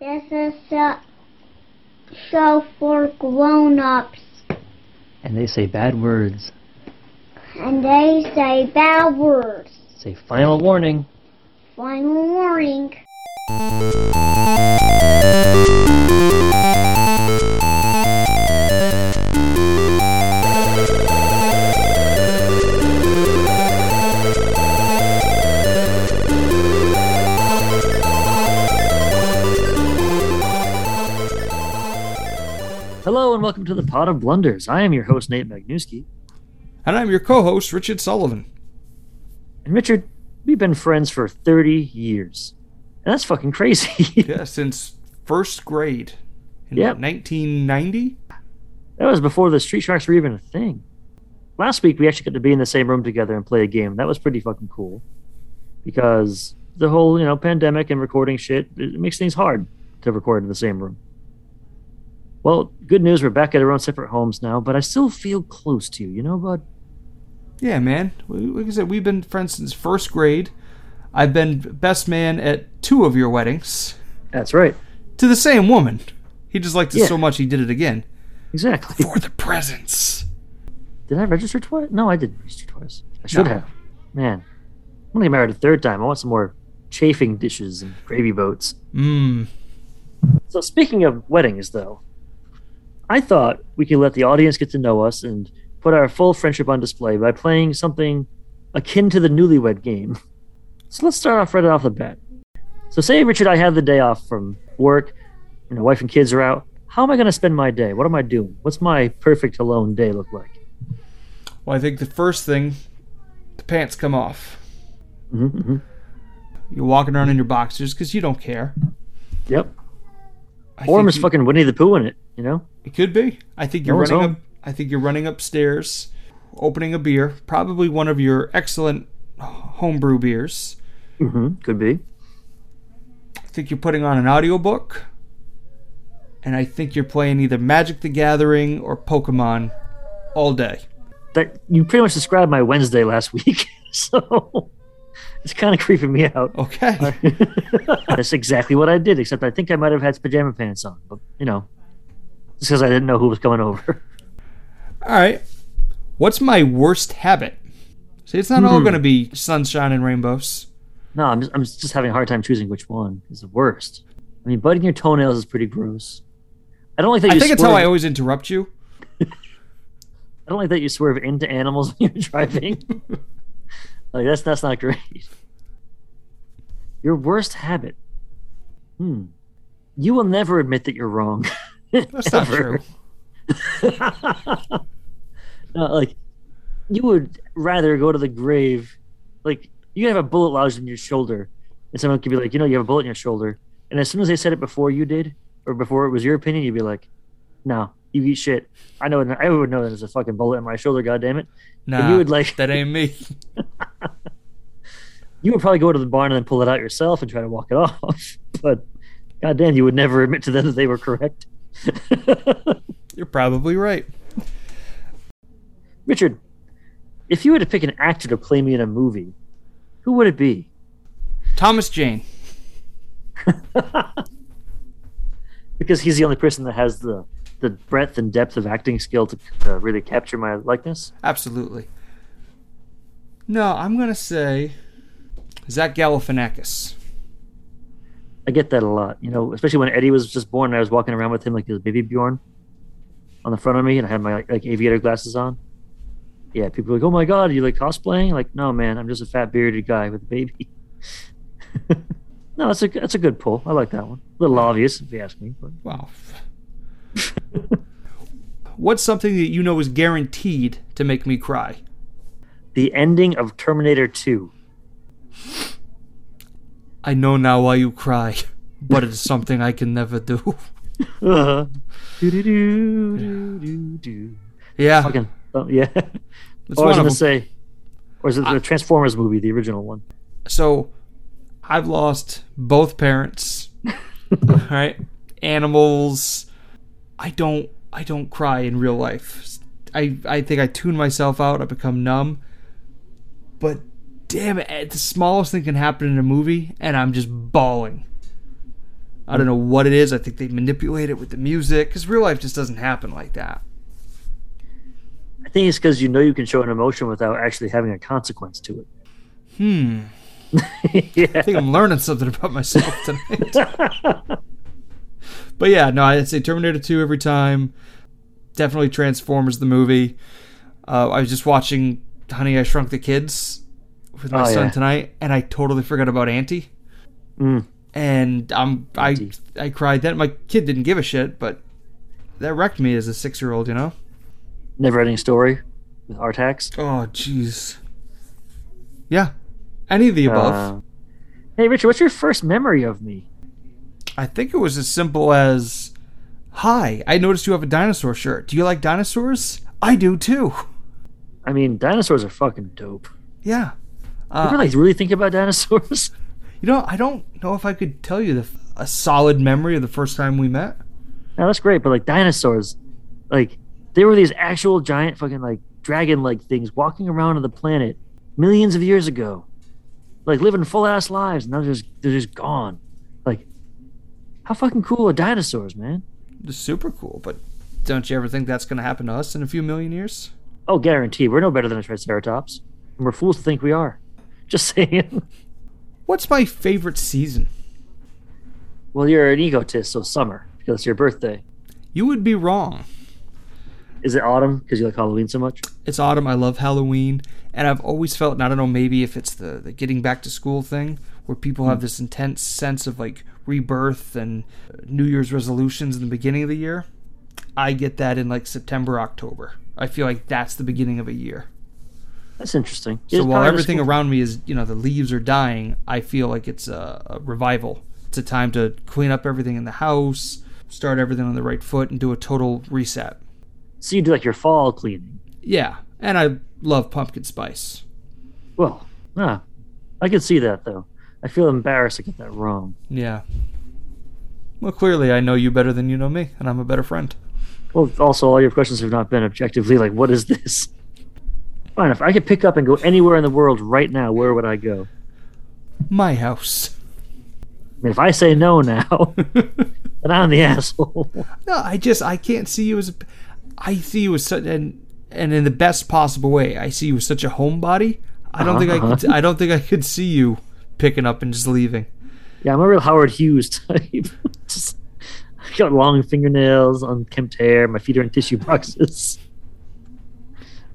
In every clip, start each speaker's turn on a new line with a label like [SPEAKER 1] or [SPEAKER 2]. [SPEAKER 1] This is a show for grown-ups,
[SPEAKER 2] And they say bad words.
[SPEAKER 1] and they say bad words.
[SPEAKER 2] Say final warning.
[SPEAKER 1] Final warning.
[SPEAKER 2] Hello and welcome to the Pot of Blunders. I am your host, Nate Magnuski.
[SPEAKER 3] And I'm your co host, Richard Sullivan.
[SPEAKER 2] And Richard, we've been friends for 30 years. And that's fucking crazy.
[SPEAKER 3] Yeah, since first grade in
[SPEAKER 2] Yep.
[SPEAKER 3] what, 1990.
[SPEAKER 2] that was before the Street Sharks were even a thing. Last week, we actually got to be in the same room together and play a game. That was pretty fucking cool. Because the whole, you know, pandemic and recording shit, it makes things hard to record in the same room. Well, good news, we're back at our own separate homes now, but I still feel close to you, you know, bud?
[SPEAKER 3] Yeah, man. We- Like I said, we've been friends since first grade. I've been best man at two of your weddings
[SPEAKER 2] That's right.
[SPEAKER 3] to the same woman. He just liked it
[SPEAKER 2] Yeah.
[SPEAKER 3] so much he did it again.
[SPEAKER 2] Exactly.
[SPEAKER 3] For the presents.
[SPEAKER 2] Did I register twice? No, I didn't register twice. I should
[SPEAKER 3] No.
[SPEAKER 2] have. Man, I'm gonna get married a third time. I want some more chafing dishes and gravy boats.
[SPEAKER 3] Mmm.
[SPEAKER 2] So speaking of weddings, though, I thought we could let the audience get to know us and put our full friendship on display by playing something akin to the newlywed game. So let's start off right off the bat. So say Richard, I have the day off from work, you know, wife and kids are out. How am I gonna spend my day? What am I doing? What's my perfect alone day look like?
[SPEAKER 3] Well, I think the first thing, the pants come off.
[SPEAKER 2] hmm hmm
[SPEAKER 3] You're walking around in your boxers because you don't care.
[SPEAKER 2] Yep.
[SPEAKER 3] I
[SPEAKER 2] Or
[SPEAKER 3] think
[SPEAKER 2] Miss
[SPEAKER 3] you-
[SPEAKER 2] fucking Winnie the Pooh in it, you know?
[SPEAKER 3] It could be. I think you're
[SPEAKER 2] No, it's
[SPEAKER 3] running
[SPEAKER 2] home.
[SPEAKER 3] up. I think you're running upstairs, opening a beer, probably one of your excellent homebrew beers.
[SPEAKER 2] Mm-hmm. Could be.
[SPEAKER 3] I think you're putting on an audiobook, and I think you're playing either Magic the Gathering or Pokemon all day.
[SPEAKER 2] That you pretty much described my Wednesday last week, so it's kind of creeping me out.
[SPEAKER 3] Okay.
[SPEAKER 2] That's exactly what I did, except I think I might have had pajama pants on, but you know, just because I didn't know who was coming over.
[SPEAKER 3] All right. What's my worst habit? See, it's not all
[SPEAKER 2] Hmm.
[SPEAKER 3] going to be sunshine and rainbows.
[SPEAKER 2] No, I'm just, I'm just having a hard time choosing which one is the worst. I mean, biting your toenails is pretty gross. I don't like that.
[SPEAKER 3] I
[SPEAKER 2] you
[SPEAKER 3] think it's
[SPEAKER 2] swerve,
[SPEAKER 3] how I always interrupt you.
[SPEAKER 2] I don't like that you swerve into animals when you're driving. like that's that's not great. Your worst habit. Hmm. You will never admit that you're wrong.
[SPEAKER 3] That's not
[SPEAKER 2] Ever.
[SPEAKER 3] true.
[SPEAKER 2] No, like you would rather go to the grave. Like you have a bullet lodged in your shoulder, and someone could be like, you know, you have a bullet in your shoulder, and as soon as they said it before you did, or before it was your opinion, you'd be like, no, you eat shit. I know. I would know that there's a fucking bullet in my shoulder. God damn it.
[SPEAKER 3] Nah,
[SPEAKER 2] you would like-
[SPEAKER 3] that ain't me.
[SPEAKER 2] you would probably go to the barn and then pull it out yourself and try to walk it off. But goddamn, you would never admit to them that they were correct.
[SPEAKER 3] You're probably right.
[SPEAKER 2] Richard, if you were to pick an actor to play me in a movie, who would it be?
[SPEAKER 3] Thomas Jane.
[SPEAKER 2] Because he's the only person that has the the breadth and depth of acting skill to uh, really capture my likeness.
[SPEAKER 3] Absolutely. No, I'm gonna say Zach Galifianakis.
[SPEAKER 2] I get that a lot, you know, especially when Eddie was just born and I was walking around with him like his baby Bjorn on the front of me and I had my like, like aviator glasses on. Yeah, people were like, oh my God, are you like cosplaying? Like, no, man, I'm just a fat bearded guy with a baby. no, that's a, that's a good pull. I like that one. A little obvious, if you ask me. But
[SPEAKER 3] Wow. What's something that you know is guaranteed to make me cry?
[SPEAKER 2] the ending of Terminator 2.
[SPEAKER 3] I know now why you cry, but it's something I can never do.
[SPEAKER 2] Uh, doo-doo-doo-doo-doo-doo.
[SPEAKER 3] Yeah,
[SPEAKER 2] Fucking, oh, yeah.
[SPEAKER 3] it's
[SPEAKER 2] Or I was
[SPEAKER 3] one
[SPEAKER 2] going
[SPEAKER 3] of
[SPEAKER 2] to
[SPEAKER 3] them.
[SPEAKER 2] say, or is it the Transformers movie, the original one?
[SPEAKER 3] so, I've lost both parents. All right, animals. I don't. I don't cry in real life. I. I think I tune myself out. I become numb. But eh, damn it, the smallest thing can happen in a movie, and I'm just bawling. I don't know what it is. I think they manipulate it with the music because real life just doesn't happen like that.
[SPEAKER 2] I think it's because you know you can show an emotion without actually having a consequence to
[SPEAKER 3] Hmm.
[SPEAKER 2] it. yeah.
[SPEAKER 3] I think I'm learning something about myself tonight. but yeah, no, I'd say Terminator 2 every time. Definitely Transformers the movie. Uh, I was just watching Honey, I Shrunk the Kids with my
[SPEAKER 2] Oh,
[SPEAKER 3] son
[SPEAKER 2] yeah.
[SPEAKER 3] tonight, and I totally forgot about Auntie.
[SPEAKER 2] Mm.
[SPEAKER 3] And I'm I
[SPEAKER 2] Auntie.
[SPEAKER 3] I cried then. My kid didn't give a shit, but that wrecked me as a six year old, you know?
[SPEAKER 2] Never ending story with Artax.
[SPEAKER 3] Oh, jeez. Yeah. Any of the above.
[SPEAKER 2] Uh, hey, Richard, what's your first memory of me?
[SPEAKER 3] I think it was as simple as Hi, I noticed you have a dinosaur shirt. Do you like dinosaurs? I do too.
[SPEAKER 2] I mean, dinosaurs are fucking dope.
[SPEAKER 3] Yeah.
[SPEAKER 2] You ever
[SPEAKER 3] Uh,
[SPEAKER 2] like really think about dinosaurs?
[SPEAKER 3] you know, I don't know if I could tell you the, f- a solid memory of the first time we met.
[SPEAKER 2] no, that's great, but like dinosaurs, like they were these actual giant fucking like dragon-like things walking around on the planet millions of years ago, like living full-ass lives, and now they're just they're just gone. Like, how fucking cool are dinosaurs, man?
[SPEAKER 3] It's super cool, but don't you ever think that's going to happen to us in a few million years?
[SPEAKER 2] Oh, guaranteed, we're no better than a triceratops, and we're fools to think we are. Just saying.
[SPEAKER 3] What's my favorite season?
[SPEAKER 2] well, you're an egotist, so summer because it's your birthday.
[SPEAKER 3] You would be wrong.
[SPEAKER 2] Is it autumn because you like Halloween so much?
[SPEAKER 3] It's autumn. I love Halloween. And I've always felt, and I don't know, maybe if it's the, the getting back to school thing, where people have this intense sense of like rebirth and uh, New Year's resolutions in the beginning of the year. I get that in like September, October. I feel like that's the beginning of a year.
[SPEAKER 2] That's interesting. It
[SPEAKER 3] So
[SPEAKER 2] is
[SPEAKER 3] while
[SPEAKER 2] probably the
[SPEAKER 3] everything
[SPEAKER 2] school-
[SPEAKER 3] around me is, you know, the leaves are dying, I feel like it's a, a revival. It's a time to clean up everything in the house, start everything on the right foot, and do a total reset.
[SPEAKER 2] so you do like your fall cleaning.
[SPEAKER 3] Yeah. And I love pumpkin spice.
[SPEAKER 2] Well, ah, I can see that though. I feel embarrassed to get that wrong.
[SPEAKER 3] Yeah. Well, clearly, I know you better than you know me, and I'm a better friend.
[SPEAKER 2] Well, also, all your questions have not been objectively like, what is this? Fine, if I could pick up and go anywhere in the world right now, where would I go?
[SPEAKER 3] My house.
[SPEAKER 2] I mean, if I say no now,
[SPEAKER 3] no,
[SPEAKER 2] then I'm the asshole.
[SPEAKER 3] I just I can't see you as. A, I see you as such and and in the best possible way. I see you as such a homebody. I don't think I could. I don't think I could see you picking up and just leaving.
[SPEAKER 2] yeah, I'm a real Howard Hughes type. Just, I got long fingernails, unkempt hair, my feet are in tissue boxes.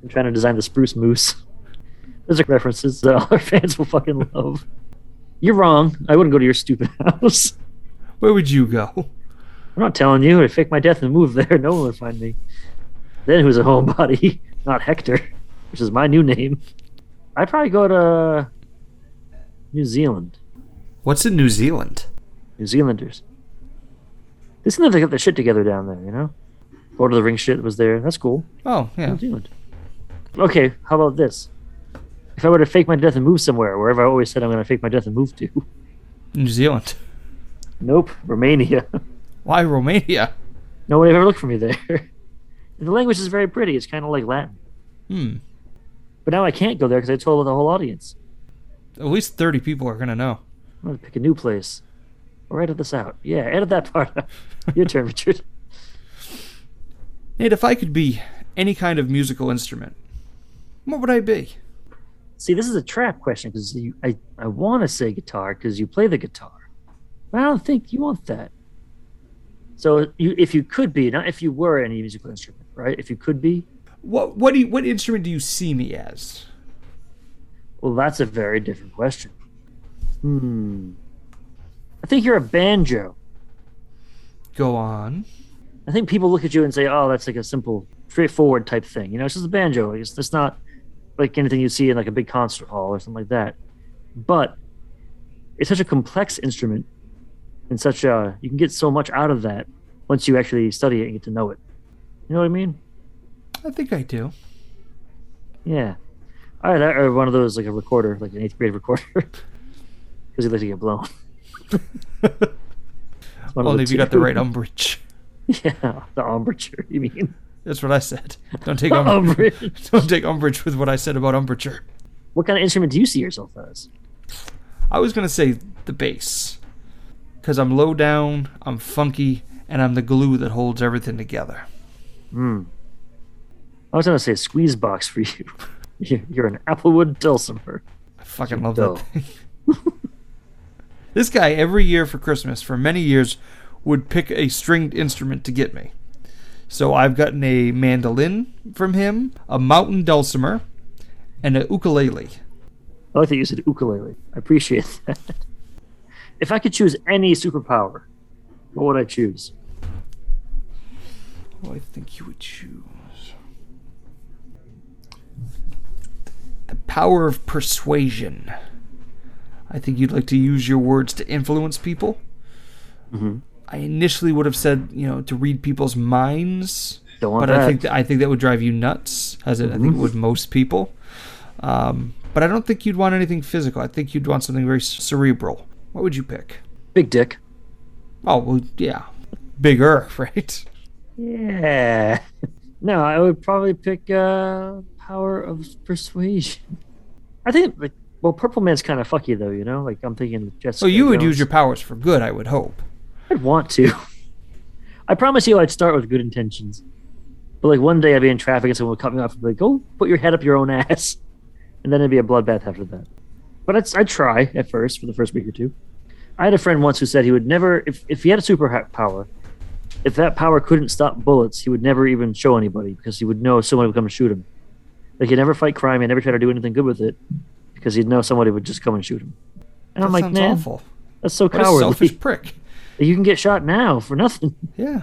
[SPEAKER 2] I'm trying to design the spruce moose. Those are references that all our fans will fucking love. You're wrong. I wouldn't go to your stupid house.
[SPEAKER 3] Where would you go?
[SPEAKER 2] I'm not telling you. I fake my death and move there. No one would find me. Then who's a homebody? Not Hector, which is my new name. I'd probably go to New Zealand.
[SPEAKER 3] What's in New Zealand?
[SPEAKER 2] New Zealanders. They seem to have got their shit together down there, you know? Lord of the Rings shit was there. That's cool.
[SPEAKER 3] Oh yeah.
[SPEAKER 2] New Zealand. Okay, how about this? If I were to fake my death and move somewhere, wherever I always said I'm going to fake my death and move to.
[SPEAKER 3] New Zealand.
[SPEAKER 2] Nope, Romania.
[SPEAKER 3] Why Romania?
[SPEAKER 2] no one ever looked for me there. And the language is very pretty. It's kind of like Latin.
[SPEAKER 3] Hmm.
[SPEAKER 2] But now I can't go there because I told the whole audience.
[SPEAKER 3] At least thirty people are gonna know.
[SPEAKER 2] I'm going to pick a new place. Or edit this out. Yeah, edit that part out. Your turn, Richard.
[SPEAKER 3] Nate, if I could be any kind of musical instrument, what would I be?
[SPEAKER 2] See, this is a trap question because I, I want to say guitar because you play the guitar, but I don't think you want that. So, you, if you could be, not if you were any musical instrument, right? If you could be,
[SPEAKER 3] What what do you, what instrument do you see me as?
[SPEAKER 2] well, that's a very different question. Hmm. I think you're a banjo.
[SPEAKER 3] Go on.
[SPEAKER 2] I think people look at you and say, "Oh, that's like a simple, straightforward type thing." You know, it's just a banjo. Like, It's, it's not like anything you see in like a big concert hall or something like that. But it's such a complex instrument, and such a you can get so much out of that once you actually study it and get to know it. You know what I mean?
[SPEAKER 3] I think I do.
[SPEAKER 2] Yeah. All right, or one of those like a recorder, like an eighth grade recorder, because you like to get blown. It's one of
[SPEAKER 3] Only if you got the
[SPEAKER 2] two.
[SPEAKER 3] right umbrage.
[SPEAKER 2] Yeah, the umbrature. You mean
[SPEAKER 3] That's what I said. Don't take
[SPEAKER 2] the
[SPEAKER 3] umbrage.
[SPEAKER 2] umbrature?
[SPEAKER 3] Don't take umbrage with what I said about umbrature.
[SPEAKER 2] What kind of instrument do you see yourself as?
[SPEAKER 3] I was gonna say the bass. because I'm low down, I'm funky, and I'm the glue that holds everything together.
[SPEAKER 2] Mm. I was gonna say squeeze box for you. You- You're an Applewood dulcimer.
[SPEAKER 3] I fucking love
[SPEAKER 2] Dope.
[SPEAKER 3] that thing. this guy, every year for Christmas, for many years, would pick a stringed instrument to get me. So I've gotten a mandolin from him, a mountain dulcimer, and a ukulele.
[SPEAKER 2] I like that you said ukulele. I appreciate that. If I could choose any superpower, what would I choose?
[SPEAKER 3] What do I think you would choose? The power of persuasion. I think you'd like to use your words to influence people.
[SPEAKER 2] Mhm.
[SPEAKER 3] I initially would have said, you know, to read people's minds,
[SPEAKER 2] Don't want
[SPEAKER 3] but
[SPEAKER 2] that.
[SPEAKER 3] I think that, I think that would drive you nuts, as it, I think it would most people. Um, but I don't think you'd want anything physical. I think you'd want something very cerebral. What would you pick?
[SPEAKER 2] Big dick.
[SPEAKER 3] Oh, well, yeah, bigger, right?
[SPEAKER 2] Yeah. No, I would probably pick uh, power of persuasion. I think like well, Purple Man's kind of fucky though, you know. Like I'm thinking Jessica.
[SPEAKER 3] So Oh, you would use
[SPEAKER 2] Jones.
[SPEAKER 3] your powers for good, I would hope.
[SPEAKER 2] I'd want to. I promise you, I'd start with good intentions. But like one day, I'd be in traffic and someone would cut me off and be like, "Go put your head up your own ass," and then it'd be a bloodbath after that. But I'd, I'd try at first for the first week or two. I had a friend once who said he would never, if if he had a superpower, if that power couldn't stop bullets, he would never even show anybody because he would know somebody would come and shoot him. Like he'd never fight crime, he'd never try to do anything good with it because he'd know somebody would just come and shoot him. And I'm
[SPEAKER 3] That
[SPEAKER 2] like,
[SPEAKER 3] sounds
[SPEAKER 2] man,
[SPEAKER 3] awful.
[SPEAKER 2] that's so
[SPEAKER 3] What a
[SPEAKER 2] cowardly.
[SPEAKER 3] selfish prick.
[SPEAKER 2] You can get shot now for nothing.
[SPEAKER 3] Yeah.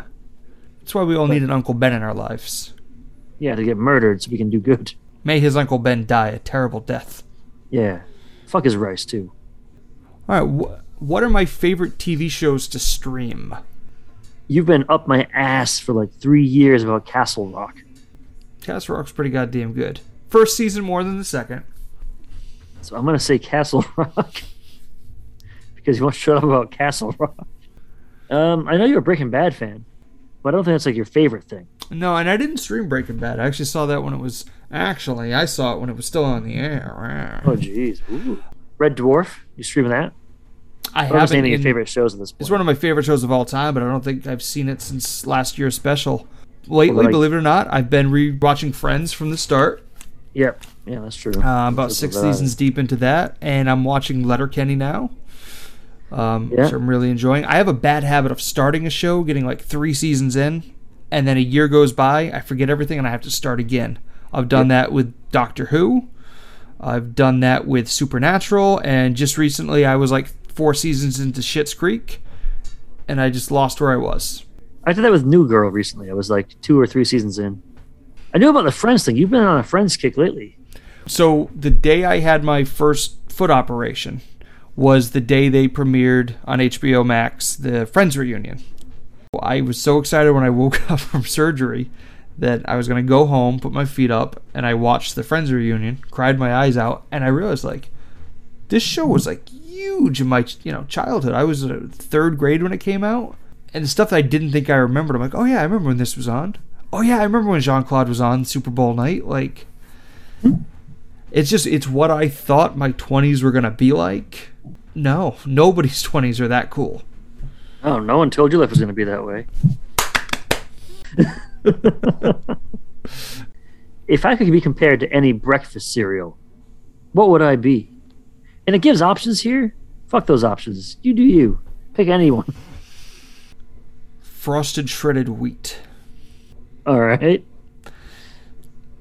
[SPEAKER 3] That's why we all need an Uncle Ben in our lives.
[SPEAKER 2] Yeah, to get murdered so we can do good.
[SPEAKER 3] May his Uncle Ben die a terrible death.
[SPEAKER 2] Yeah. Fuck his rice, too.
[SPEAKER 3] All right, wh- what are my favorite TV shows to stream?
[SPEAKER 2] You've been up my ass for like three years about Castle Rock.
[SPEAKER 3] Cast Rock's pretty goddamn good. First season more than the second.
[SPEAKER 2] So I'm going to say Castle Rock because you won't shut up about Castle Rock. Um, I know you're a Breaking Bad fan, but I don't think that's like your favorite thing.
[SPEAKER 3] No, and I didn't stream Breaking Bad. I actually saw that when it was actually I saw it when it was still on the air.
[SPEAKER 2] Oh, jeez. Ooh. Red Dwarf, you streaming that?
[SPEAKER 3] I
[SPEAKER 2] I was
[SPEAKER 3] haven't.
[SPEAKER 2] naming your
[SPEAKER 3] in-
[SPEAKER 2] favorite shows at this point.
[SPEAKER 3] It's one of my favorite shows of all time, but I don't think I've seen it since last year's special. Lately,
[SPEAKER 2] like-
[SPEAKER 3] believe it or not, I've been rewatching Friends from the start.
[SPEAKER 2] Yep. Yeah, that's true.
[SPEAKER 3] Uh, about
[SPEAKER 2] That's
[SPEAKER 3] six
[SPEAKER 2] about it.
[SPEAKER 3] seasons deep into that, and I'm watching Letterkenny now. Um,
[SPEAKER 2] Yeah.
[SPEAKER 3] Which I'm really enjoying. I have a bad habit of starting a show, getting like three seasons in, and then a year goes by, I forget everything, and I have to start again. I've done that with Doctor Who. I've done that with Supernatural, and just recently I was like four seasons into Shit's Creek, and I just lost where I was.
[SPEAKER 2] I did that with New Girl recently. I was like two or three seasons in. I knew about the Friends thing. You've been on a Friends kick lately.
[SPEAKER 3] So the day I had my first foot operation was the day they premiered on HBO Max the Friends reunion. I was so excited when I woke up from surgery that I was going to go home, put my feet up, and I watched the Friends reunion, cried my eyes out, and I realized like this show was like huge in my you know childhood. I was in third grade when it came out, and the stuff that I didn't think I remembered, I'm like, oh yeah, I remember when this was on. Oh yeah, I remember when Jean Claude was on Super Bowl night. Like it's just it's what I thought my 20s were going to be like. No, nobody's 20s are that cool.
[SPEAKER 2] Oh, no one told you life was going to be that way. if I could be compared to any breakfast cereal, what would I be? And it gives options here. Fuck those options. You do you. Pick anyone.
[SPEAKER 3] Frosted shredded wheat
[SPEAKER 2] All right.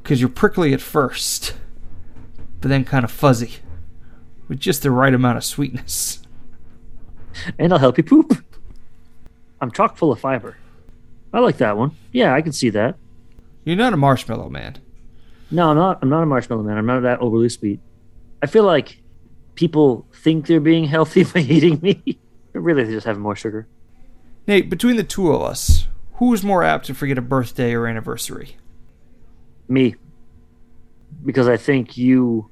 [SPEAKER 3] cuz you're prickly at first, but then kind of fuzzy with just the right amount of sweetness.
[SPEAKER 2] And I'll help you poop. I'm chock full of fiber. I like that one. Yeah, I can see that.
[SPEAKER 3] You're not a marshmallow man.
[SPEAKER 2] No, I'm not. I'm not a marshmallow man. I'm not that overly sweet. I feel like people think they're being healthy by eating me. but really, they just have more sugar.
[SPEAKER 3] Nate, between the two of us, who's more apt to forget a birthday or anniversary?
[SPEAKER 2] Me. Because I think you,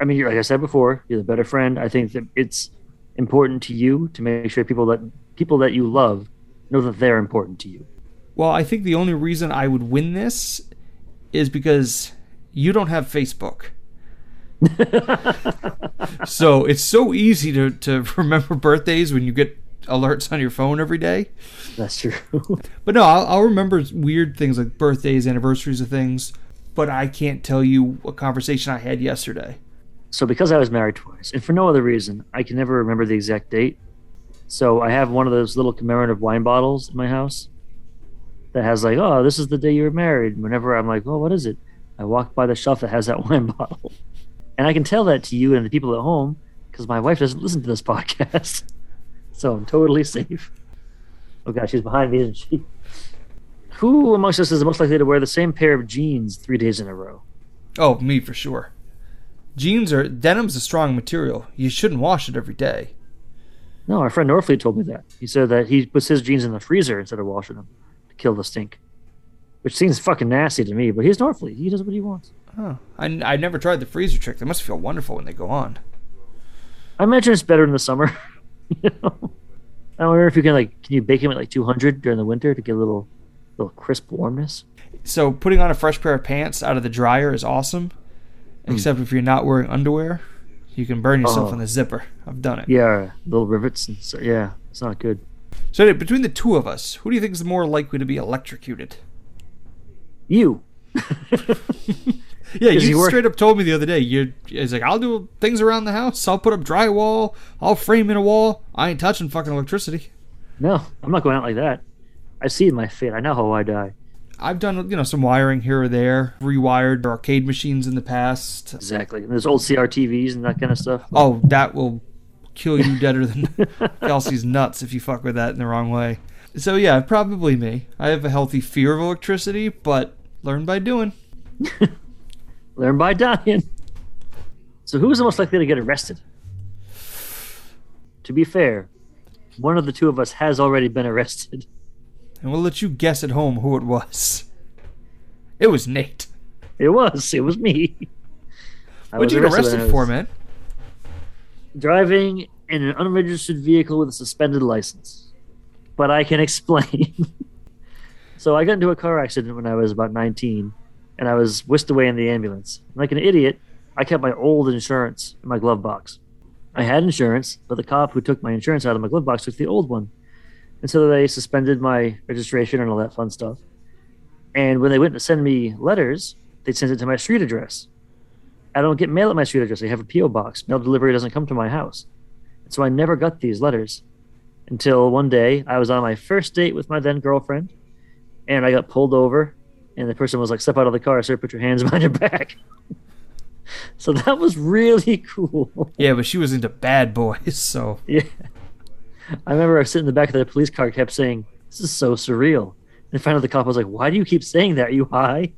[SPEAKER 2] I mean, you're, like I said before, you're the better friend. I think that it's important to you to make sure people that people that you love know that they're important to you.
[SPEAKER 3] Well, I think the only reason I would win this is because you don't have Facebook. so it's so easy to, to remember birthdays when you get alerts on your phone every day.
[SPEAKER 2] That's true.
[SPEAKER 3] But no, I'll, I'll remember weird things like birthdays, anniversaries of things, but I can't tell you a conversation I had yesterday.
[SPEAKER 2] so because I was married twice, and for no other reason, I can never remember the exact date. So I have one of those little commemorative wine bottles in my house that has like, oh, this is the day you were married. And whenever I'm like, oh, what is it? I walk by the shelf that has that wine bottle, and I can tell that to you and the people at home because my wife doesn't listen to this podcast, so I'm totally safe. Oh god, she's behind me, isn't she? Who amongst us is the most likely to wear the same pair of jeans three days in a row?
[SPEAKER 3] Oh, me for sure. Jeans are denim's a strong material. You shouldn't wash it every day.
[SPEAKER 2] No, our friend Norfleet told me that. He said that he puts his jeans in the freezer instead of washing them to kill the stink, which seems fucking nasty to me. But he's Norfleet; he does what he wants.
[SPEAKER 3] Huh. I, I never tried the freezer trick. They must feel wonderful when they go on.
[SPEAKER 2] I imagine it's better in the summer. you know, I wonder if you can like, can you bake him at like 200 during the winter to get a little, little crisp warmness?
[SPEAKER 3] So putting on a fresh pair of pants out of the dryer is awesome, except if you're not wearing underwear, you can burn yourself
[SPEAKER 2] Oh.
[SPEAKER 3] on the zipper. I've done it.
[SPEAKER 2] Yeah, little rivets. And so, yeah, it's not good.
[SPEAKER 3] So anyway, between the two of us, who do you think is more likely to be electrocuted?
[SPEAKER 2] You.
[SPEAKER 3] Yeah,
[SPEAKER 2] Is he
[SPEAKER 3] you
[SPEAKER 2] work-
[SPEAKER 3] straight up told me the other day. You is like, I'll do things around the house. I'll put up drywall. I'll frame in a wall. I ain't touching fucking electricity.
[SPEAKER 2] No, I'm not going out like that. I see my fate. I know how I die.
[SPEAKER 3] I've done you know some wiring here or there, rewired arcade machines in the past.
[SPEAKER 2] Exactly. And there's old CRTVs and that kind of stuff.
[SPEAKER 3] Oh, that will kill you deader than Kelsey's nuts if you fuck with that in the wrong way. So yeah, probably me. I have a healthy fear of electricity, but learn by doing.
[SPEAKER 2] Learn by dying. So, who's the most likely to get arrested? To be fair, one of the two of us has already been arrested.
[SPEAKER 3] And we'll let you guess at home who it was. It was Nate.
[SPEAKER 2] It was. It was me. I
[SPEAKER 3] What'd
[SPEAKER 2] was
[SPEAKER 3] you get
[SPEAKER 2] when I
[SPEAKER 3] arrested for,
[SPEAKER 2] was
[SPEAKER 3] man?
[SPEAKER 2] Driving in an unregistered vehicle with a suspended license. But I can explain. so, I got into a car accident when I was about 19, and I was whisked away in the ambulance. Like an idiot, I kept my old insurance in my glove box. I had insurance, but the cop who took my insurance out of my glove box took the old one. And so they suspended my registration and all that fun stuff. And when they went to send me letters, they sent it to my street address. I don't get mail at my street address. I have a P.O. box. Mail delivery doesn't come to my house. And so I never got these letters until one day I was on my first date with my then girlfriend and I got pulled over. And the person was like, Step out of the car, sir, put your hands behind your back. so that was really cool.
[SPEAKER 3] Yeah, but she was into bad boys, so
[SPEAKER 2] Yeah. I remember I was sitting in the back of the police car, kept saying, This is so surreal. And finally, the cop was like, Why do you keep saying that? Are you high?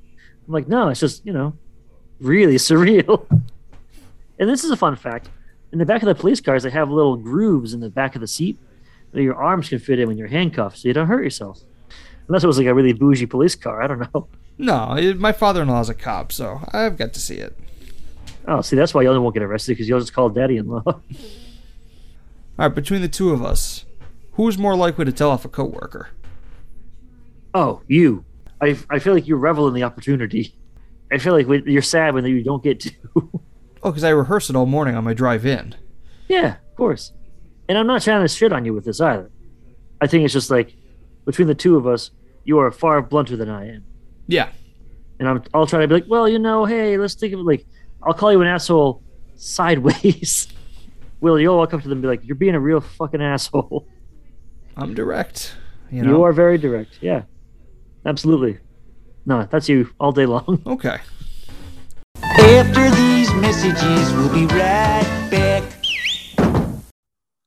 [SPEAKER 2] I'm like, No, it's just, you know, really surreal. and this is a fun fact. In the back of the police cars, they have little grooves in the back of the seat that your arms can fit in when you're handcuffed so you don't hurt yourself. Unless it was like a really bougie police car. I don't know.
[SPEAKER 3] no. It, my father-in-law's a cop, so I've got to see it.
[SPEAKER 2] Oh, see, that's why you won't get arrested because you'll just call daddy in law.
[SPEAKER 3] All right, between the two of us, who's more likely to tell off a coworker?
[SPEAKER 2] oh, you. I, I feel like you revel in the opportunity. I feel like when, you're sad when you don't get to.
[SPEAKER 3] Oh, because I rehearsed it all morning on my drive in.
[SPEAKER 2] yeah, of course. And I'm not trying to shit on you with this either. I think it's just like between the two of us, you are far blunter than I am.
[SPEAKER 3] Yeah,
[SPEAKER 2] And I'm, I'll try to be like, well, you know, hey, let's think of it like, I'll call you an asshole sideways. Will, you'll walk up to them and be like, you're being a real fucking asshole.
[SPEAKER 3] I'm direct. You
[SPEAKER 2] You,
[SPEAKER 3] know.
[SPEAKER 2] are very direct. Yeah, absolutely. No, that's you all day long.
[SPEAKER 3] Okay.
[SPEAKER 4] After these messages, we'll be right back.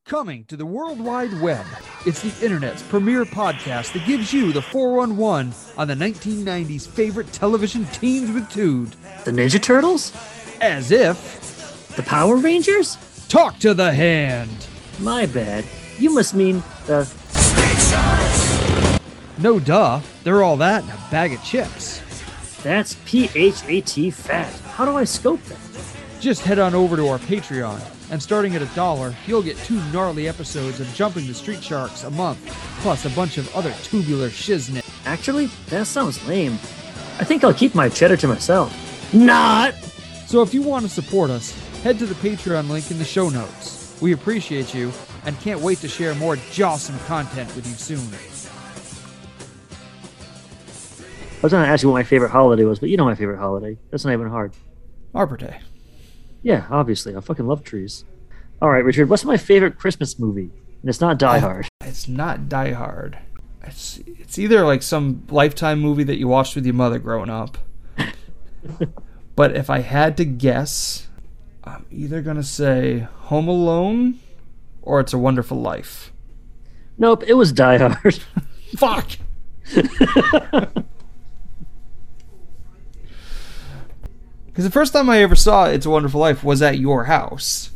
[SPEAKER 3] Coming to the World Wide Web, it's the internet's premier podcast that gives you the 411 on the 1990s favorite television teens with Tude.
[SPEAKER 2] The Ninja Turtles?
[SPEAKER 3] As if,
[SPEAKER 2] The Power Rangers?
[SPEAKER 3] talk to the hand.
[SPEAKER 2] My bad. You must mean the.
[SPEAKER 3] No duh, they're all that in a bag of chips.
[SPEAKER 2] That's P H A T fat. How do I scope that?
[SPEAKER 3] Just head on over to our Patreon, and starting at a dollar, you'll get two gnarly episodes of Jumping the Street Sharks a month, plus a bunch of other tubular shiznit.
[SPEAKER 2] Actually, that sounds lame. I think I'll keep my cheddar to myself. Not!
[SPEAKER 3] So if you want to support us, head to the Patreon link in the show notes. We appreciate you, and can't wait to share more jawsome content with you soon.
[SPEAKER 2] I was going to ask you what my favorite holiday was, but you know my favorite holiday. That's not even hard.
[SPEAKER 3] Arbor Day.
[SPEAKER 2] Yeah, obviously. I fucking love trees. All right, Richard, what's my favorite Christmas movie? And it's not Die Hard.
[SPEAKER 3] It's not Die Hard. It's it's either like some lifetime movie that you watched with your mother growing up. but if I had to guess, I'm either gonna say Home Alone or It's a Wonderful Life.
[SPEAKER 2] Nope, it was Die Hard.
[SPEAKER 3] Fuck. Because the first time I ever saw It's a Wonderful Life was at your house.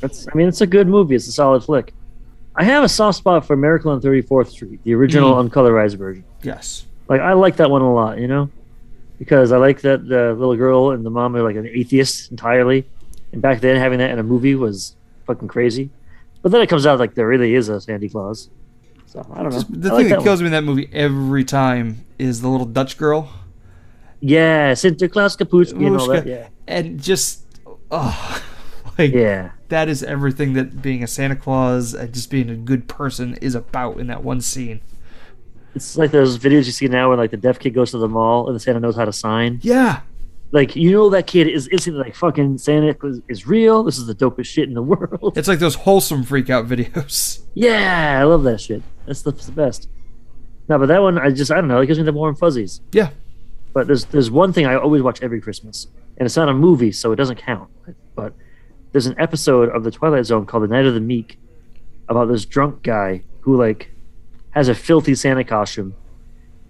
[SPEAKER 2] That's, I mean, it's a good movie. It's a solid flick. I have a soft spot for Miracle on 34th Street, the original uncolorized version.
[SPEAKER 3] Yes.
[SPEAKER 2] Like, I like that one a lot, you know? Because I like that the little girl and the mom are like an atheist entirely. And back then, having that in a movie was fucking crazy. But then it comes out like there really is a Sandy Claus. So, I don't know.
[SPEAKER 3] The
[SPEAKER 2] I like
[SPEAKER 3] thing
[SPEAKER 2] that
[SPEAKER 3] that
[SPEAKER 2] one.
[SPEAKER 3] kills me in that movie every time is the little Dutch girl.
[SPEAKER 2] Yeah, Sinterklaas Kapuski and all
[SPEAKER 3] Wooshka.
[SPEAKER 2] that. Yeah.
[SPEAKER 3] And just, oh, like,
[SPEAKER 2] Yeah.
[SPEAKER 3] that is everything that being a Santa Claus and just being a good person is about in that one scene.
[SPEAKER 2] It's like those videos you see now when like the deaf kid goes to the mall and the Santa knows how to sign.
[SPEAKER 3] Yeah.
[SPEAKER 2] Like you know that kid is instantly like fucking Santa is, is real. This is the dopest shit in the world.
[SPEAKER 3] It's like those wholesome freak out videos.
[SPEAKER 2] Yeah, I love that shit. That's the, the best. No, but that one I just I don't know. It gives me the warm fuzzies.
[SPEAKER 3] Yeah.
[SPEAKER 2] But there's there's one thing I always watch every Christmas, and it's not a movie, so it doesn't count. But there's an episode of the Twilight Zone called The Night of the Meek about this drunk guy who like has a filthy Santa costume,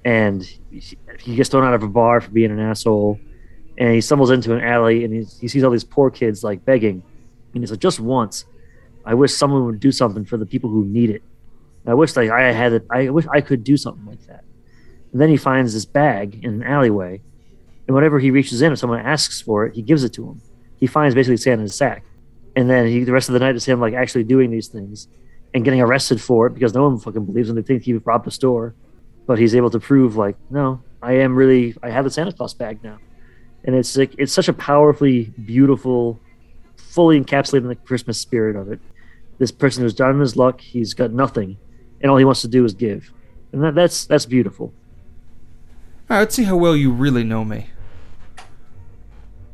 [SPEAKER 2] and he he gets thrown out of a bar for being an asshole, and he stumbles into an alley and he, he sees all these poor kids like begging, and he's like, just once, I wish someone would do something for the people who need it. I wish like I had it. I wish I could do something like that. And then he finds this bag in an alleyway. And whenever he reaches in, if someone asks for it, he gives it to him. He finds basically Santa's sack. And then he, the rest of the night is him like actually doing these things and getting arrested for it because no one fucking believes him. They think he robbed a store. But he's able to prove like, no, I am really, I have the Santa Claus bag now. And it's like, it's such a powerfully beautiful, fully encapsulating the Christmas spirit of it. This person who's down in his luck, he's got nothing. And all he wants to do is give. And that, that's, that's beautiful.
[SPEAKER 3] All right, let's see how well you really know me.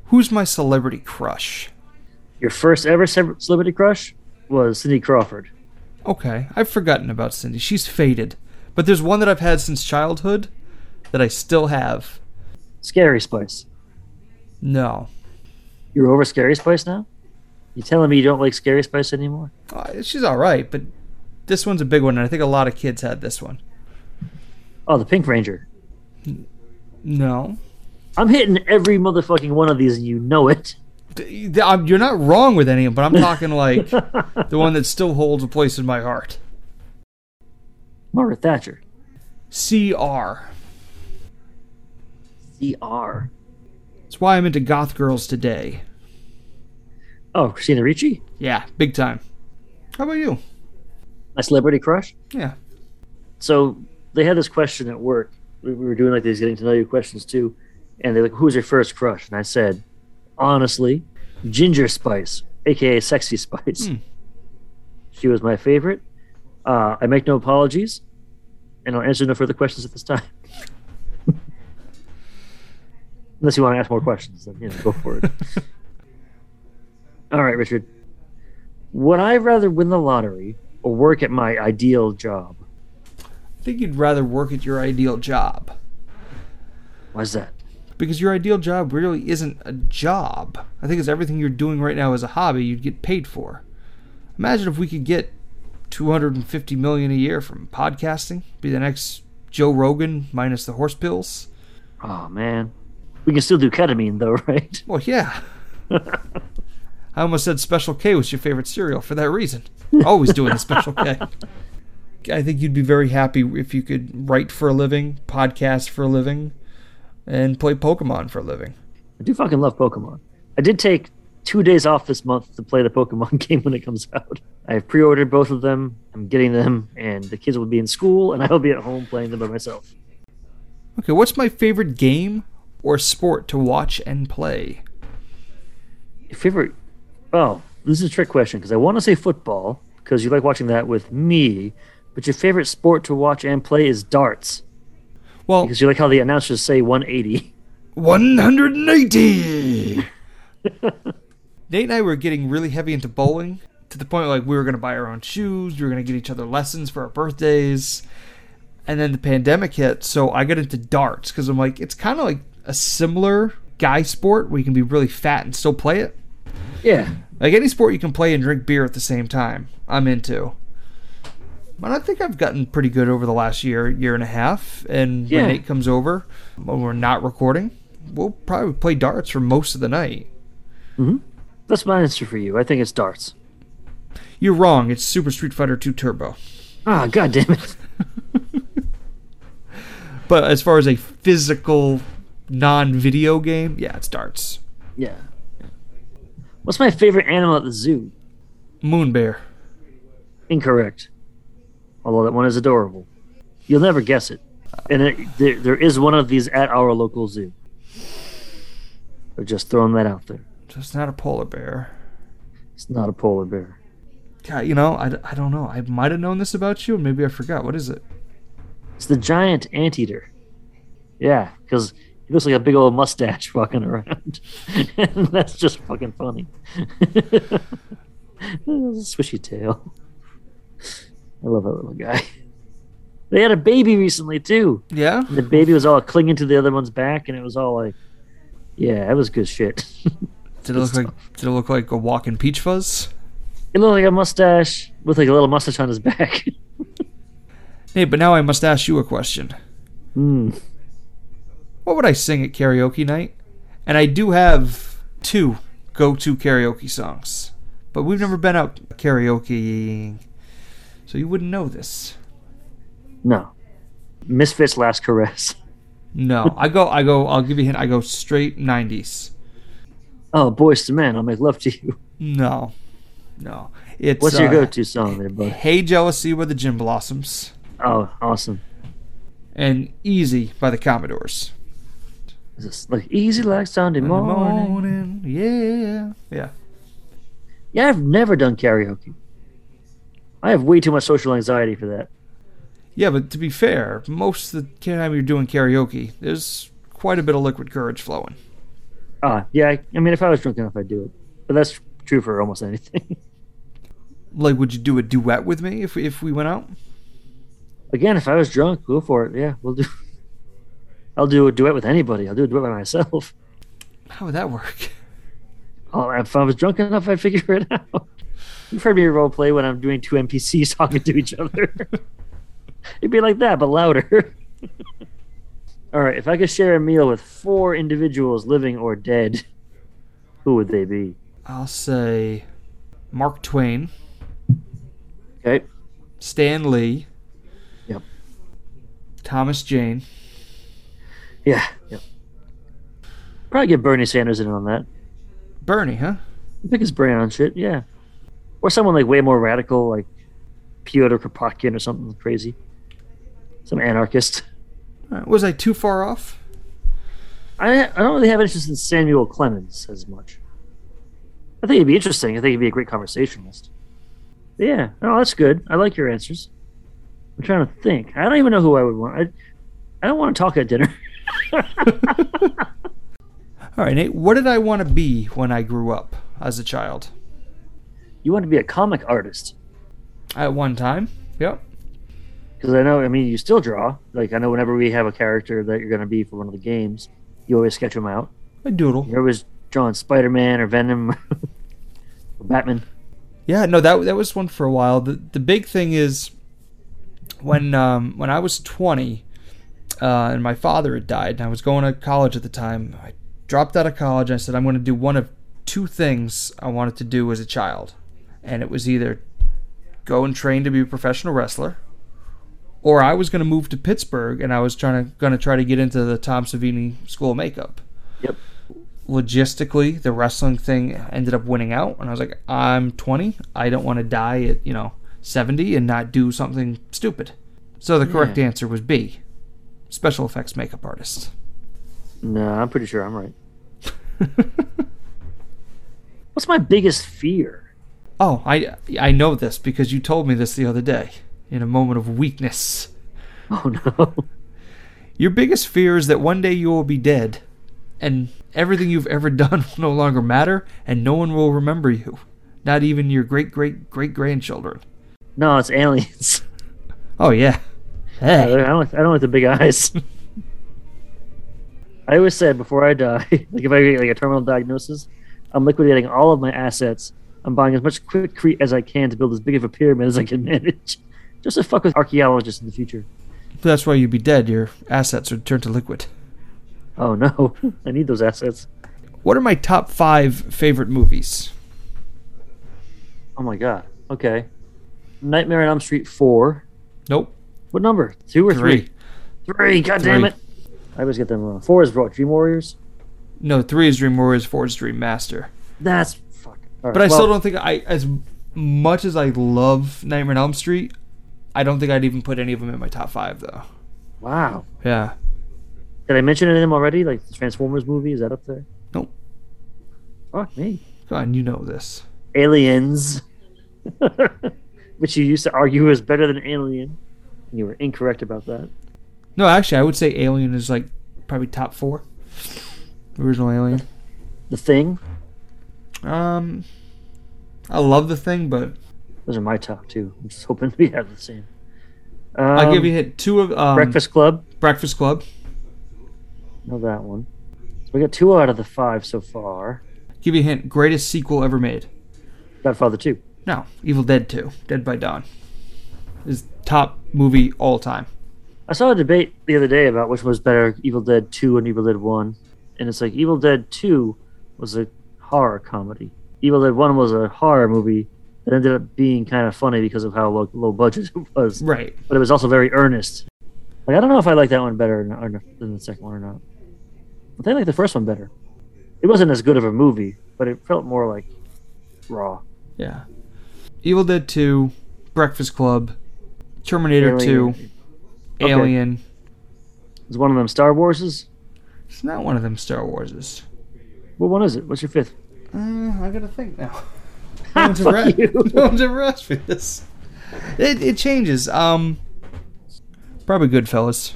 [SPEAKER 3] Who's my celebrity crush?
[SPEAKER 2] Your first ever ce- celebrity crush was Cindy Crawford.
[SPEAKER 3] Okay, I've forgotten about Cindy. She's faded. But there's one that I've had since childhood that I still have.
[SPEAKER 2] Scary Spice.
[SPEAKER 3] No.
[SPEAKER 2] You're over Scary Spice now? You telling me you don't like Scary Spice anymore?
[SPEAKER 3] Uh, She's all right, but this one's a big one, and I think a lot of kids had this one.
[SPEAKER 2] Oh, the Pink Ranger.
[SPEAKER 3] No.
[SPEAKER 2] I'm hitting every motherfucking one of these and you know it.
[SPEAKER 3] D- th- I'm- You're not wrong with any of them, but I'm talking like the one that still holds a place in my heart.
[SPEAKER 2] Margaret Thatcher.
[SPEAKER 3] CR.
[SPEAKER 2] CR.
[SPEAKER 3] It's why I'm into goth girls today.
[SPEAKER 2] Oh, Christina Ricci?
[SPEAKER 3] Yeah, big time. How about you?
[SPEAKER 2] My celebrity crush?
[SPEAKER 3] Yeah.
[SPEAKER 2] so they had this question at work. We, we were doing like these getting to know you questions too, and they're like, "Who's your first crush?" And I said, honestly, Ginger Spice, aka Sexy Spice. She was my favorite. Uh, I make no apologies, and I'll answer no further questions at this time. Unless you want to ask more questions, then you know, go for it. All right, Richard. Would I rather win the lottery or work at my ideal job?
[SPEAKER 3] I think you'd rather work at your ideal job.
[SPEAKER 2] Why's that?
[SPEAKER 3] because your ideal job really isn't a job. I think it's everything you're doing right now as a hobby you'd get paid for. Imagine if we could get 250 million a year from podcasting, be the next Joe Rogan minus the horse pills.
[SPEAKER 2] Oh man, we can still do ketamine though, right?
[SPEAKER 3] Well, yeah. I almost said Special K was your favorite cereal for that reason. Always doing the Special K. I think you'd be very happy if you could write for a living, podcast for a living, and play Pokemon for a living.
[SPEAKER 2] I do fucking love Pokemon. I did take two days off this month to play the Pokemon game when it comes out. I have pre-ordered both of them. I'm getting them, and the kids will be in school, and I will be at home playing them by myself.
[SPEAKER 3] Okay, what's my favorite game or sport to watch and play?
[SPEAKER 2] Your favorite? Oh, this is a trick question because I want to say football, because you like watching that with me, but your favorite sport to watch and play is darts
[SPEAKER 3] Well,
[SPEAKER 2] because you like how the announcers say 180.
[SPEAKER 3] 180. Nate and I were getting really heavy into bowling to the point like we were going to buy our own shoes, we were going to get each other lessons for our birthdays. And then the pandemic hit, so I got into darts cuz I'm like it's kind of like a similar guy sport where you can be really fat and still play it.
[SPEAKER 2] Yeah.
[SPEAKER 3] Like any sport you can play and drink beer at the same time. I'm into. But I think I've gotten pretty good over the last year, year and a half. And
[SPEAKER 2] Yeah.
[SPEAKER 3] when Nate comes over, when we're not recording, we'll probably play darts for most of the night.
[SPEAKER 2] That's my answer for you. I think it's darts.
[SPEAKER 3] You're wrong. It's Super Street Fighter 2 Turbo.
[SPEAKER 2] Ah, god damn it.
[SPEAKER 3] But as far as a physical, non-video game, yeah, it's darts.
[SPEAKER 2] Yeah. What's my favorite animal at the zoo?
[SPEAKER 3] Moon Bear.
[SPEAKER 2] Incorrect. Although that one is adorable. You'll never guess it. And it, there, there is one of these at our local zoo. So just throwing that out there.
[SPEAKER 3] So it's not a polar bear.
[SPEAKER 2] It's not a polar bear.
[SPEAKER 3] God, you know, I, d- I don't know. I might have known this about you, and maybe I forgot. What is it?
[SPEAKER 2] It's the giant anteater. Yeah, because he looks like a big old mustache walking around. and that's just fucking funny. Swishy tail. I love that little guy. They had a baby recently, too.
[SPEAKER 3] Yeah?
[SPEAKER 2] the baby was all clinging to the other one's back, and it was all like, yeah, that was good shit.
[SPEAKER 3] Did it look like did it look like a walking peach fuzz?
[SPEAKER 2] it looked like a mustache with like a little mustache on his back.
[SPEAKER 3] Hey, but now I must ask you a question.
[SPEAKER 2] Hmm.
[SPEAKER 3] What would I sing at karaoke night? And I do have two go-to karaoke songs, but we've never been out karaokeing, so you wouldn't know this.
[SPEAKER 2] No, Misfits Last Caress.
[SPEAKER 3] No, I go, I go. I'll give you a hint. I go straight '90s.
[SPEAKER 2] Oh, boys to men, I'll make love to you.
[SPEAKER 3] No, no. It's
[SPEAKER 2] What's your
[SPEAKER 3] uh,
[SPEAKER 2] go-to song there, bud?
[SPEAKER 3] Hey, jealousy with the Gin Blossoms
[SPEAKER 2] Oh, awesome.
[SPEAKER 3] and Easy by the Commodores.
[SPEAKER 2] Is this like easy like Sunday
[SPEAKER 3] In the
[SPEAKER 2] morning?
[SPEAKER 3] morning, yeah, yeah.
[SPEAKER 2] Yeah, I've never done karaoke. I have way too much social anxiety for that.
[SPEAKER 3] Yeah, but to be fair, most of the time you're doing karaoke, there's quite a bit of liquid courage flowing.
[SPEAKER 2] Ah, yeah. I, I mean, if I was drunk enough, I'd do it. But that's true for almost anything.
[SPEAKER 3] Like, would you do a duet with me if we, if we went out?
[SPEAKER 2] Again, if I was drunk, go for it. Yeah, we'll do. I'll do a duet with anybody. I'll do a duet by myself.
[SPEAKER 3] How would that work?
[SPEAKER 2] Oh, if I was drunk enough, I'd figure it out. You've heard me role play when I'm doing two NPCs talking to each other. It'd be like that, but louder. All right, if I could share a meal with four individuals, living or dead, who would they be?
[SPEAKER 3] I'll say Mark Twain,
[SPEAKER 2] Okay.
[SPEAKER 3] Stan Lee,
[SPEAKER 2] Yep.
[SPEAKER 3] Thomas Jane.
[SPEAKER 2] Yeah. Yep. Probably get Bernie Sanders in on that.
[SPEAKER 3] Bernie, huh?
[SPEAKER 2] Pick his brain on shit, yeah. Or someone like way more radical, like Pyotr Kropotkin or something crazy. Some anarchist.
[SPEAKER 3] All right, was I too far off?
[SPEAKER 2] I, I don't really have interest in Samuel Clemens as much. I think he'd be interesting. I think he'd be a great conversationalist. But yeah, no, that's good. I like your answers. I'm trying to think. I don't even know who I would want. I, I don't want to talk at dinner.
[SPEAKER 3] All right, Nate, what did I want to be when I grew up as a child?
[SPEAKER 2] you want to be a comic artist
[SPEAKER 3] At one time? Yep.
[SPEAKER 2] because I know. I mean, you still draw. Like I know, whenever we have a character that you're going to be for one of the games, you always sketch them out.
[SPEAKER 3] I doodle.
[SPEAKER 2] You're always drawing Spider Man or Venom or Batman.
[SPEAKER 3] Yeah, no, that that was one for a while. The the big thing is when um, when I was twenty, uh, and my father had died, and I was going to college at the time. I dropped out of college. And I said I'm going to do one of two things I wanted to do as a child, and it was either go and train to be a professional wrestler, or I was going to move to Pittsburgh, and I was trying to going to try to get into the Tom Savini School of Makeup logistically the wrestling thing ended up winning out and i was like i'm 20 i don't want to die at you know 70 and not do something stupid so the correct
[SPEAKER 2] Yeah.
[SPEAKER 3] answer was b special effects makeup artist
[SPEAKER 2] No, I'm pretty sure I'm right. What's my biggest fear?
[SPEAKER 3] Oh, I I know this because you told me this the other day in a moment of weakness.
[SPEAKER 2] Oh no.
[SPEAKER 3] Your biggest fear is that one day you will be dead and everything you've ever done will no longer matter and no one will remember you. Not even your great great great grandchildren.
[SPEAKER 2] No, it's aliens.
[SPEAKER 3] Oh yeah.
[SPEAKER 2] I
[SPEAKER 3] Hey.
[SPEAKER 2] don't like- I don't like the big eyes. I always said before I die, like if I get like a terminal diagnosis, I'm liquidating all of my assets. I'm buying as much quick crete as I can to build as big of a pyramid as I can manage. Just to fuck with archaeologists in the future.
[SPEAKER 3] That's why you'd be dead. Your assets would turn to liquid.
[SPEAKER 2] Oh no, I need those assets.
[SPEAKER 3] What are my top five favorite movies?
[SPEAKER 2] Oh my god. Okay. Nightmare on Elm Street four.
[SPEAKER 3] Nope.
[SPEAKER 2] What number? Two or three?
[SPEAKER 3] Three.
[SPEAKER 2] Three. God damn
[SPEAKER 3] Three.
[SPEAKER 2] it. I always get them wrong. Four is what? Dream Warriors.
[SPEAKER 3] No, three is Dream Warriors, four is Dream Master.
[SPEAKER 2] That's fuck. All right,
[SPEAKER 3] But I
[SPEAKER 2] well-
[SPEAKER 3] still don't think I as much as I love Nightmare on Elm Street, I don't think I'd even put any of them in my top five though.
[SPEAKER 2] Wow.
[SPEAKER 3] Yeah.
[SPEAKER 2] Did I mention it in them already? Like the Transformers movie? Is that up there?
[SPEAKER 3] Nope.
[SPEAKER 2] Fuck me.
[SPEAKER 3] God, you know this.
[SPEAKER 2] Aliens. Which you used to argue was better than Alien. And you were incorrect about that.
[SPEAKER 3] No, actually, I would say Alien is like probably top four. Original Alien.
[SPEAKER 2] The Thing.
[SPEAKER 3] Um, I love the thing, but
[SPEAKER 2] Those are my top two. I'm just hoping we have the same. Um,
[SPEAKER 3] I'll give you a hit. Two of um,
[SPEAKER 2] Breakfast Club.
[SPEAKER 3] Breakfast Club.
[SPEAKER 2] Know that one. So we got two out of the five so far.
[SPEAKER 3] Give you a hint. Greatest sequel ever made.
[SPEAKER 2] Godfather 2.
[SPEAKER 3] No, Evil Dead Two, Dead by Dawn, is top movie all time.
[SPEAKER 2] I saw a debate the other day about which was better, Evil Dead 2 and Evil Dead 1. And it's like Evil Dead 2 was a horror comedy. Evil Dead 1 was a horror movie that ended up being kind of funny because of how low, low budget it was.
[SPEAKER 3] Right.
[SPEAKER 2] But it was also very earnest. Like, I don't know if I like that one better or not- or not- than the second one or not. But I like the first one better. It wasn't as good of a movie, but it felt more like raw.
[SPEAKER 3] Yeah. Evil Dead Two, Breakfast Club, Terminator
[SPEAKER 2] Alien.
[SPEAKER 3] Two,
[SPEAKER 2] Okay.
[SPEAKER 3] Alien.
[SPEAKER 2] Is one of them Star Warses?
[SPEAKER 3] It's not one of them Star Warses.
[SPEAKER 2] What one is it? What's your fifth?
[SPEAKER 3] Uh, I gotta think now. No one's ever,
[SPEAKER 2] Fuck you.
[SPEAKER 3] no one's ever asked me this. It, it changes. Um, probably Goodfellas.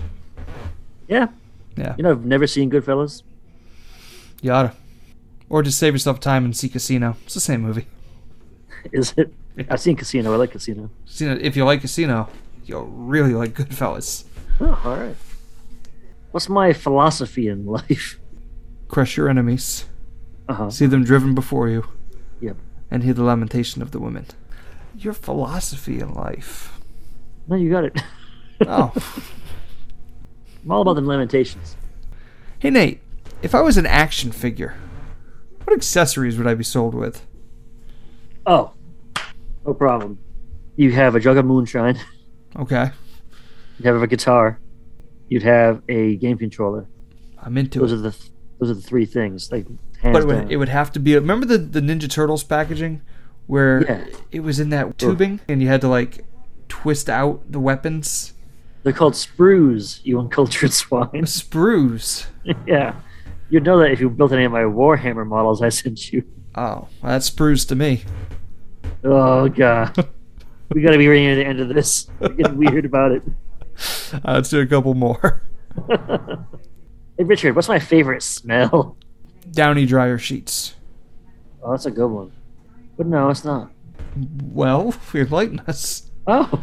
[SPEAKER 2] Yeah.
[SPEAKER 3] Yeah.
[SPEAKER 2] You know, I've never seen Goodfellas.
[SPEAKER 3] You oughta. Or just save yourself time and see Casino. It's the same movie.
[SPEAKER 2] Is it? I've seen Casino. I like Casino.
[SPEAKER 3] Casino. If you like Casino, you'll really like Goodfellas.
[SPEAKER 2] Oh, all right. What's my philosophy in life?
[SPEAKER 3] Crush your enemies.
[SPEAKER 2] Uh huh.
[SPEAKER 3] See them driven before you.
[SPEAKER 2] Yep.
[SPEAKER 3] And hear the lamentation of the women. Your philosophy in life.
[SPEAKER 2] No, you got it.
[SPEAKER 3] Oh.
[SPEAKER 2] I'm all about the lamentations.
[SPEAKER 3] hey Nate, if I was an action figure, what accessories would I be sold with?
[SPEAKER 2] Oh, no problem. You have a jug of moonshine.
[SPEAKER 3] Okay.
[SPEAKER 2] You'd have a guitar. You'd have a game controller.
[SPEAKER 3] I'm into
[SPEAKER 2] Those
[SPEAKER 3] it.
[SPEAKER 2] are the th- those are the three things. Like hands
[SPEAKER 3] But it
[SPEAKER 2] down.
[SPEAKER 3] would, it would have to be. Remember the, the Ninja Turtles packaging, where
[SPEAKER 2] Yeah.
[SPEAKER 3] it was in that tubing, and you had to like twist out the weapons.
[SPEAKER 2] They're called sprues. You uncultured swine.
[SPEAKER 3] Sprues.
[SPEAKER 2] yeah. You'd know that if you built any of my Warhammer models I sent you.
[SPEAKER 3] Oh, well, that's sprues to me.
[SPEAKER 2] Oh god. we gotta be reading at the end of this. We're getting weird about it.
[SPEAKER 3] Uh, let's do a couple more.
[SPEAKER 2] Hey Richard, what's my favorite smell?
[SPEAKER 3] Downy dryer sheets.
[SPEAKER 2] Oh, that's a good one. But no, it's not.
[SPEAKER 3] Well, enlighten us.
[SPEAKER 2] Oh,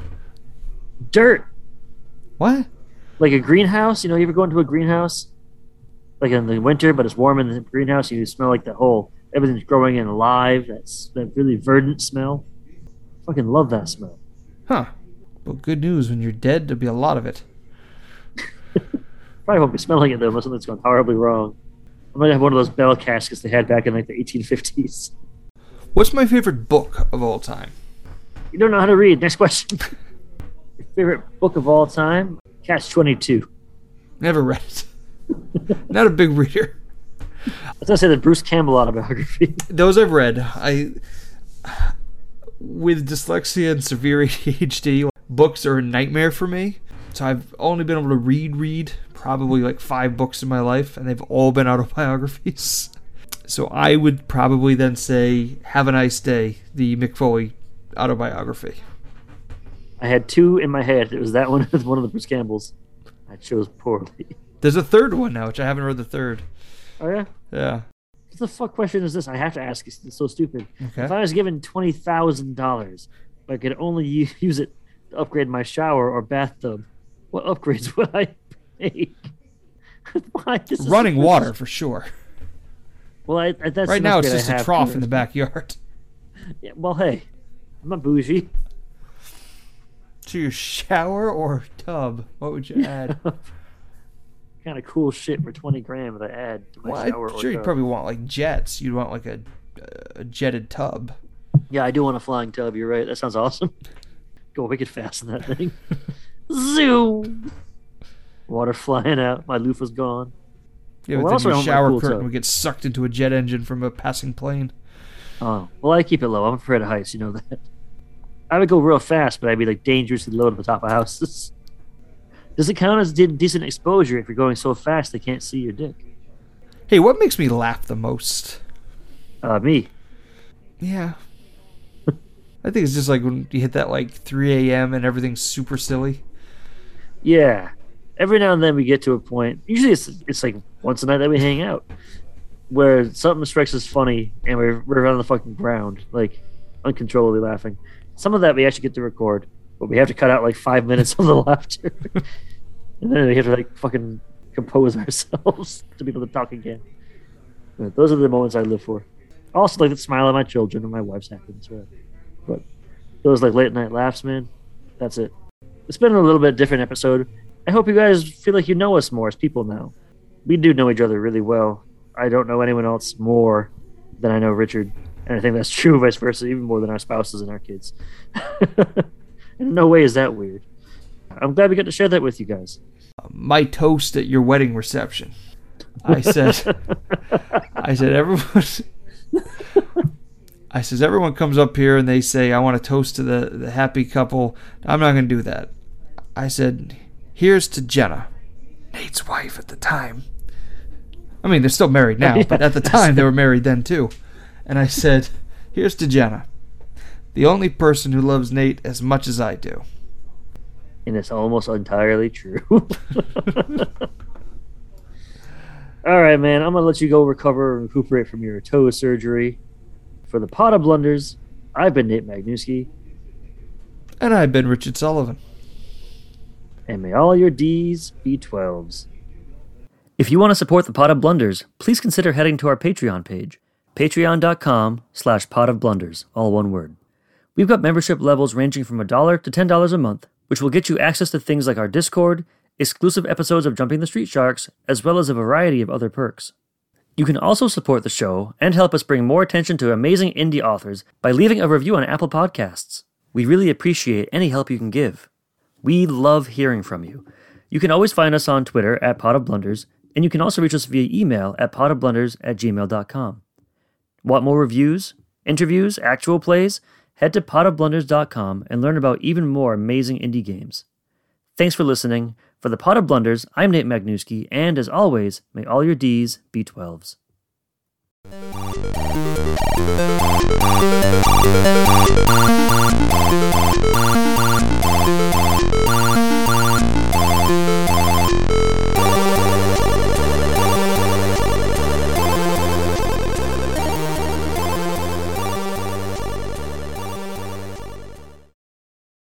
[SPEAKER 2] dirt.
[SPEAKER 3] What?
[SPEAKER 2] Like a greenhouse. You know, you ever go into a greenhouse? Like in the winter, but it's warm in the greenhouse. You smell like the whole everything's growing and alive. That's that really verdant smell. Fucking love that smell.
[SPEAKER 3] Huh. Well, good news. When you're dead, there'll be a lot of it.
[SPEAKER 2] Probably won't be smelling it though, unless something's gone horribly wrong. I'm gonna have one of those bell caskets they had back in like the 1850s.
[SPEAKER 3] What's my favorite book of all time?
[SPEAKER 2] You don't know how to read. Next question. Your favorite book of all time? Catch 22.
[SPEAKER 3] Never read it. Not a big reader.
[SPEAKER 2] Let's not say the Bruce Campbell autobiography.
[SPEAKER 3] those I've read, I with dyslexia and severe ADHD, books are a nightmare for me. So I've only been able to read read probably like 5 books in my life and they've all been autobiographies. So I would probably then say, "Have a nice day," the McFoley autobiography.
[SPEAKER 2] I had two in my head. It was that one and one of the Bruce Campbell's. I chose poorly.
[SPEAKER 3] There's a third one now, which I haven't read the third.
[SPEAKER 2] Oh yeah.
[SPEAKER 3] Yeah.
[SPEAKER 2] What the fuck question is this? I have to ask. It's it's so stupid.
[SPEAKER 3] Okay.
[SPEAKER 2] If I was given twenty thousand dollars, I could only u- use it to upgrade my shower or bathtub. What upgrades would I make? Why this is-
[SPEAKER 3] Running water for sure.
[SPEAKER 2] Well, I, I, that's
[SPEAKER 3] Right
[SPEAKER 2] an
[SPEAKER 3] now, it's
[SPEAKER 2] upgrade I
[SPEAKER 3] just a
[SPEAKER 2] have
[SPEAKER 3] trough
[SPEAKER 2] here.
[SPEAKER 3] in the backyard.
[SPEAKER 2] Yeah, well, hey, I'm not bougie.
[SPEAKER 3] To your shower or tub? What would you add?
[SPEAKER 2] kind of cool shit for twenty grand that I add to my
[SPEAKER 3] well,
[SPEAKER 2] shower.
[SPEAKER 3] I'm
[SPEAKER 2] or
[SPEAKER 3] sure you'd
[SPEAKER 2] tub.
[SPEAKER 3] probably want like jets. You'd want like a, a jetted tub.
[SPEAKER 2] Yeah, I do want a flying tub. You're right. That sounds awesome. Go wicked fast in that thing. Zoom. Water flying out. My loofah's gone.
[SPEAKER 3] Yeah,
[SPEAKER 2] Well,
[SPEAKER 3] but
[SPEAKER 2] also
[SPEAKER 3] then
[SPEAKER 2] I
[SPEAKER 3] your
[SPEAKER 2] want my
[SPEAKER 3] shower
[SPEAKER 2] pool
[SPEAKER 3] curtain
[SPEAKER 2] tub.
[SPEAKER 3] would get sucked into a jet engine from a passing plane.
[SPEAKER 2] Oh, well, I keep it low. I'm afraid of heights. You know that. I would go real fast, but I'd be like dangerously low to the top of houses. Does it count as de- decent exposure if you're going so fast they can't see your dick?
[SPEAKER 3] Hey, what makes me laugh the most?
[SPEAKER 2] Uh, me.
[SPEAKER 3] Yeah. I think it's just like when you hit that like 3 a.m. and everything's super silly.
[SPEAKER 2] Yeah. Every now and then we get to a point. Usually it's it's like once a night that we hang out, where something strikes us funny and we're we're on the fucking ground, like uncontrollably laughing. Some of that we actually get to record, but we have to cut out like five minutes of the laughter, and then we have to like fucking compose ourselves to be able to talk again. But those are the moments I live for. Also, like the smile of my children and my wife's happiness. Right? But those like late night laughs, man. That's it it's been a little bit different episode. I hope you guys feel like you know us more as people now. We do know each other really well. I don't know anyone else more than I know Richard, and I think that's true vice versa, even more than our spouses and our kids. In no way is that weird. I'm glad we got to share that with you guys.
[SPEAKER 3] My toast at your wedding reception. I said, I said, everyone. I says everyone comes up here and they say I want to toast to the, the happy couple. I'm not going to do that. I said, here's to Jenna, Nate's wife at the time. I mean, they're still married now, but at the time they were married then too. And I said, here's to Jenna, the only person who loves Nate as much as I do.
[SPEAKER 2] and it's almost entirely true. All right, man. I'm gonna let you go recover and recuperate from your toe surgery. For the pot of blunders, I've been Nate Magnuski,
[SPEAKER 3] And I've been Richard Sullivan.
[SPEAKER 2] and may all your D's be 12s. If you want to support the Pot of Blunders, please consider heading to our Patreon page, patreon.com slash pot of blunders, all one word. We've got membership levels ranging from $1 to $10 a month, which will get you access to things like our Discord, exclusive episodes of Jumping the Street Sharks, as well as a variety of other perks. You can also support the show and help us bring more attention to amazing indie authors by leaving a review on Apple Podcasts. We really appreciate any help you can give. We love hearing from you. You can always find us on Twitter at Pot of Blunders, and you can also reach us via email at potofblunders at gmail.com. Want more reviews, interviews, actual plays? Head to potofblunders.com and learn about even more amazing indie games. Thanks for listening. For the Pot of Blunders, I'm Nate Magnuski, and as always, may all your D's be 12s.